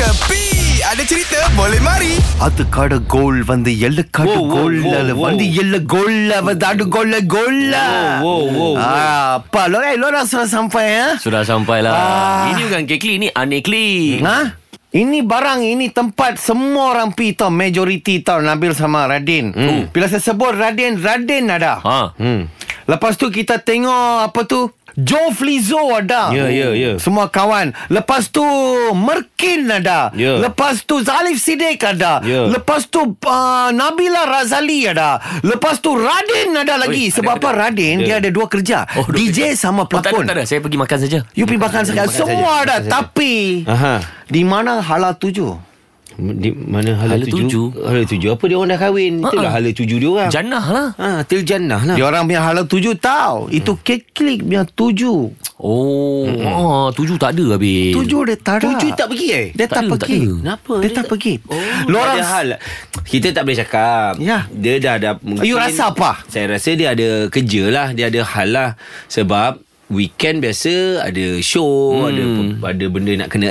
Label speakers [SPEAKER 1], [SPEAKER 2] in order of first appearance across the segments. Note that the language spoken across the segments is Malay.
[SPEAKER 1] Kepi Ada cerita boleh mari
[SPEAKER 2] அது காட கோல் வந்து எல்லு காடு
[SPEAKER 3] Whoa, whoa,
[SPEAKER 2] கோல்
[SPEAKER 3] whoa, whoa.
[SPEAKER 2] வந்து எல்லு கோல் வந்து அடு கோல் கோல்
[SPEAKER 3] Whoa, whoa, whoa,
[SPEAKER 2] apa lo eh lo dah sudah sampai ya
[SPEAKER 3] Sudah sampai lah
[SPEAKER 2] Ah.
[SPEAKER 3] Ini bukan kekli Ini anekli
[SPEAKER 2] ha ini barang ini tempat semua orang pi tau majoriti tau Nabil sama Radin. Hmm. Bila saya sebut Radin, Radin ada.
[SPEAKER 3] Ha.
[SPEAKER 2] Hmm. Lepas tu kita tengok apa tu? Joe Flizzo ada.
[SPEAKER 3] Ya, ya, ya.
[SPEAKER 2] Semua kawan. Lepas tu Merkin ada.
[SPEAKER 3] Ya.
[SPEAKER 2] Lepas tu Zalif Siddiq ada.
[SPEAKER 3] Ya.
[SPEAKER 2] Lepas tu uh, Nabila Razali ada. Lepas tu Radin ada lagi.
[SPEAKER 3] Oi, ada,
[SPEAKER 2] Sebab
[SPEAKER 3] ada.
[SPEAKER 2] apa Radin
[SPEAKER 3] Ya.
[SPEAKER 2] dia ada dua kerja.
[SPEAKER 3] Oh, dua
[SPEAKER 2] DJ sama
[SPEAKER 3] Oh tak ada,
[SPEAKER 2] pelakon.
[SPEAKER 3] tak ada Saya pergi makan saja
[SPEAKER 2] You pergi makan sekali Semua ada Tapi
[SPEAKER 3] Ha?
[SPEAKER 4] Aha.
[SPEAKER 2] Di mana hala tuju
[SPEAKER 4] Di mana hala,
[SPEAKER 3] Hala tuju?
[SPEAKER 4] Hala tujuh Apa dia orang dah kahwin
[SPEAKER 3] Ha-ha.
[SPEAKER 4] Itulah hala tujuh dia
[SPEAKER 2] Hmm.
[SPEAKER 4] orang
[SPEAKER 3] Jannah lah
[SPEAKER 4] Ha, til jannah lah
[SPEAKER 2] Dia orang punya hala tuju tahu Itu
[SPEAKER 3] Hmm.
[SPEAKER 2] keklik punya tuju
[SPEAKER 3] Oh
[SPEAKER 2] Hmm.
[SPEAKER 3] ah, Tujuh tak ada habis
[SPEAKER 2] Tuju dia tak ada
[SPEAKER 4] Tujuh tak pergi eh
[SPEAKER 2] Dia tak,
[SPEAKER 3] Tak ada, tak
[SPEAKER 2] pergi
[SPEAKER 3] ada. Oh,
[SPEAKER 4] Kenapa?
[SPEAKER 2] Dia, tak pergi Lorang
[SPEAKER 4] Ada hal Oh, Kita tak boleh cakap
[SPEAKER 2] Ya.
[SPEAKER 4] Dia dah ada mungkin,
[SPEAKER 2] You rasa apa?
[SPEAKER 4] Saya rasa dia ada kerja lah Dia ada hal lah Sebab Weekend biasa Ada show hmm. Ada ada benda nak kena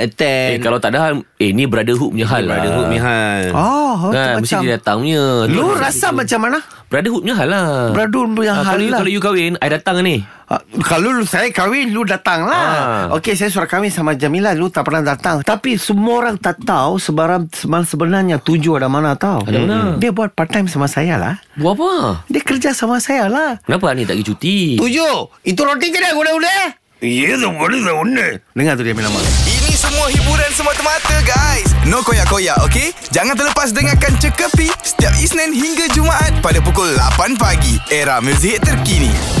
[SPEAKER 3] Eh
[SPEAKER 4] attend
[SPEAKER 3] kalau tak ada hal Eh ni brotherhood punya hal
[SPEAKER 4] Ada hook
[SPEAKER 3] lah
[SPEAKER 4] mihal
[SPEAKER 2] Oh
[SPEAKER 3] Kan,
[SPEAKER 2] macam
[SPEAKER 3] mesti dia datang punya
[SPEAKER 2] Lu
[SPEAKER 3] Tu- lah.
[SPEAKER 2] rasa macam mana?
[SPEAKER 3] Brotherhood punya hal lah
[SPEAKER 2] Brotherhood punya
[SPEAKER 3] Ah,
[SPEAKER 2] hal
[SPEAKER 3] kalau you-
[SPEAKER 2] lah.
[SPEAKER 3] Kalau you kahwin I datang ni
[SPEAKER 2] Ah, Kalau lu saya kahwin Lu datang lah
[SPEAKER 3] Ah.
[SPEAKER 2] Okey saya suruh kahwin sama Jamila Lu tak pernah datang Tapi semua orang tak tahu sebarang, Sebenarnya tuju ada mana tahu
[SPEAKER 3] Ada mana?
[SPEAKER 2] Dia buat part time sama saya lah
[SPEAKER 3] Buat apa
[SPEAKER 2] Dia kerja sama saya lah
[SPEAKER 3] Kenapa ni tak pergi cuti
[SPEAKER 2] Tujuh Itu roti kedai gula-gula Ya, tu gula gula Dengar tu dia main nama
[SPEAKER 1] Ini semua hiburan semata-mata guys No koyak-koyak ok Jangan terlepas dengarkan Cekapi Setiap Isnin hingga Jumaat Pada pukul 8 pagi Era muzik terkini